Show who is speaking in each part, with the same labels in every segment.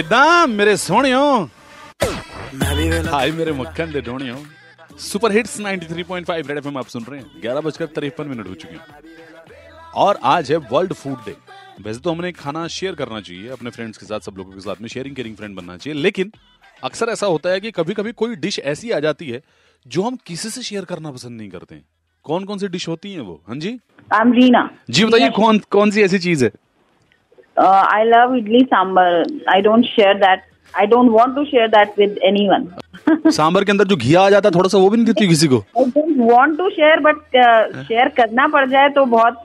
Speaker 1: ਕਿਦਾਂ ਮੇਰੇ ਸੋਹਣਿਓ
Speaker 2: मैं भी वेला
Speaker 1: ਹਾਈ ਮੇਰੇ ਮੱਖਣ ਦੇ ਢੋਣਿਓ सुपर हिट्स 93.5 रेड एफएम आप सुन रहे हैं ग्यारह बजकर तिरपन मिनट हो चुके हैं और आज है वर्ल्ड फूड डे वैसे तो हमने खाना शेयर करना चाहिए अपने फ्रेंड्स के साथ सब लोगों के साथ में शेयरिंग केयरिंग फ्रेंड बनना चाहिए लेकिन अक्सर ऐसा होता है कि कभी कभी कोई डिश ऐसी आ जाती है जो हम किसी से शेयर करना पसंद नहीं करते कौन कौन सी डिश होती है वो हाँ जी
Speaker 3: आई एम रीना
Speaker 1: जी बताइए कौन कौन सी ऐसी चीज है
Speaker 3: I love idli sambar I don't share that I don't want to share that with anyone
Speaker 1: sambar के अंदर जो घिया आ जाता है थोड़ा सा वो भी नहीं देती किसी को
Speaker 3: I don't want to share but share uh, करना पड़ जाए तो बहुत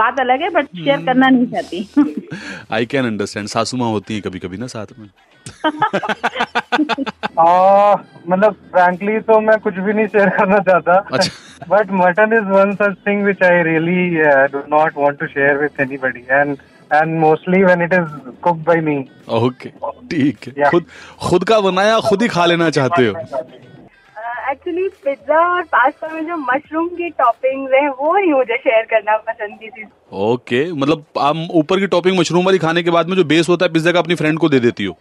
Speaker 3: बात अलग है बट शेयर करना नहीं चाहती
Speaker 1: आई कैन अंडरस्टैंड सासू माँ होती है कभी कभी ना साथ में
Speaker 4: आ, मतलब फ्रैंकली तो मैं कुछ भी नहीं शेयर करना चाहता
Speaker 1: अच्छा।
Speaker 4: But mutton is one such thing which I really do not want to share with anybody and and mostly when it is cooked by me
Speaker 1: okay ठीक है
Speaker 4: Yeah.
Speaker 1: खुद खुद का बनाया खुद ही खा लेना चाहते हो
Speaker 5: एक्चुअली पिज्जा Uh, और पास्ता में जो मशरूम की टॉपिंग्स हैं वो नहीं मुझे शेयर करना पसंद किसी से।
Speaker 1: ओके मतलब हम ऊपर की टॉपिंग मशरूम वाली खाने के बाद में जो बेस होता है पिज्जा का अपनी फ्रेंड को दे देती हो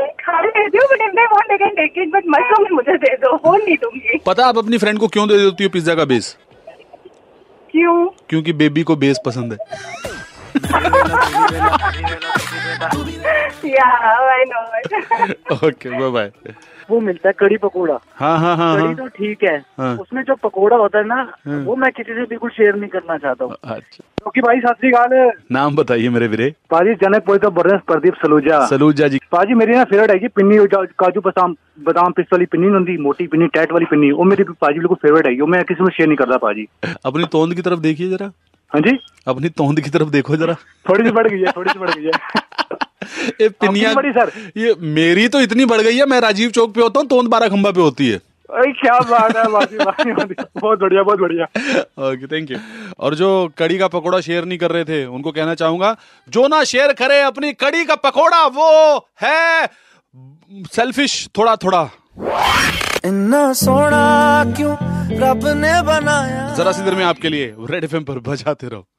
Speaker 5: मैं खा लेती हूँ बट इनमें want again take it but mushroom ही मुझे दे दो वो नहीं दूंगी
Speaker 1: पता आप अपनी फ्रेंड को क्यों दे देती हो पिज्जा का बेस
Speaker 5: क्यों
Speaker 1: क्योंकि बेबी को बेस पसंद है
Speaker 5: या I know
Speaker 1: okay bye bye
Speaker 6: वो मिलता है कड़ी पकोड़ा
Speaker 1: हाँ हाँ हाँ
Speaker 6: कड़ी
Speaker 1: हाँ
Speaker 6: तो ठीक है
Speaker 1: हाँ।
Speaker 6: उसमें जो पकोड़ा होता है ना वो मैं किसी से बिल्कुल शेयर नहीं करना चाहता हूँ
Speaker 1: अच्छा
Speaker 6: क्योंकि भाई सत श्रीकाल
Speaker 1: नाम बताइए मेरे वीरे
Speaker 6: पाजी जनक पोई तो बरस प्रदीप सलूजा
Speaker 1: सलूजा जी
Speaker 6: पाजी मेरी ना फेवरेट है कि पिन्नी और जा- काजू बदाम बदाम पिस्त वाली पिन्नी नहीं होंदी मोटी पिन्नी टैट वाली पिन्नी वो मेरी पाजी बिल्कुल फेवरेट है वो मैं किसी में शेयर नहीं करता पाजी
Speaker 1: अपनी तोंद की तरफ देखिए जरा
Speaker 6: हाँ जी
Speaker 1: अपनी तोंद की तरफ देखो जरा
Speaker 6: थोड़ी सी बढ़ गई है थोड़ी सी बढ़ गई है
Speaker 1: ये पिनिया
Speaker 6: बड़ी सर।
Speaker 1: ये मेरी तो इतनी बढ़ गई है मैं राजीव चौक पे होता हूँ तोंद बारह खंबा पे होती है
Speaker 6: अरे क्या बात है बाजी बाजी बाजी। बहुत बढ़िया बहुत बढ़िया
Speaker 1: ओके थैंक यू और जो कड़ी का पकोड़ा शेयर नहीं कर रहे थे उनको कहना चाहूंगा जो ना शेयर करे अपनी कड़ी का पकोड़ा वो है सेल्फिश थोड़ा थोड़ा
Speaker 2: इन्ना सोना क्यों रब ने बनाया
Speaker 1: जरा सी देर में आपके लिए रेड एफएम पर बजाते रहो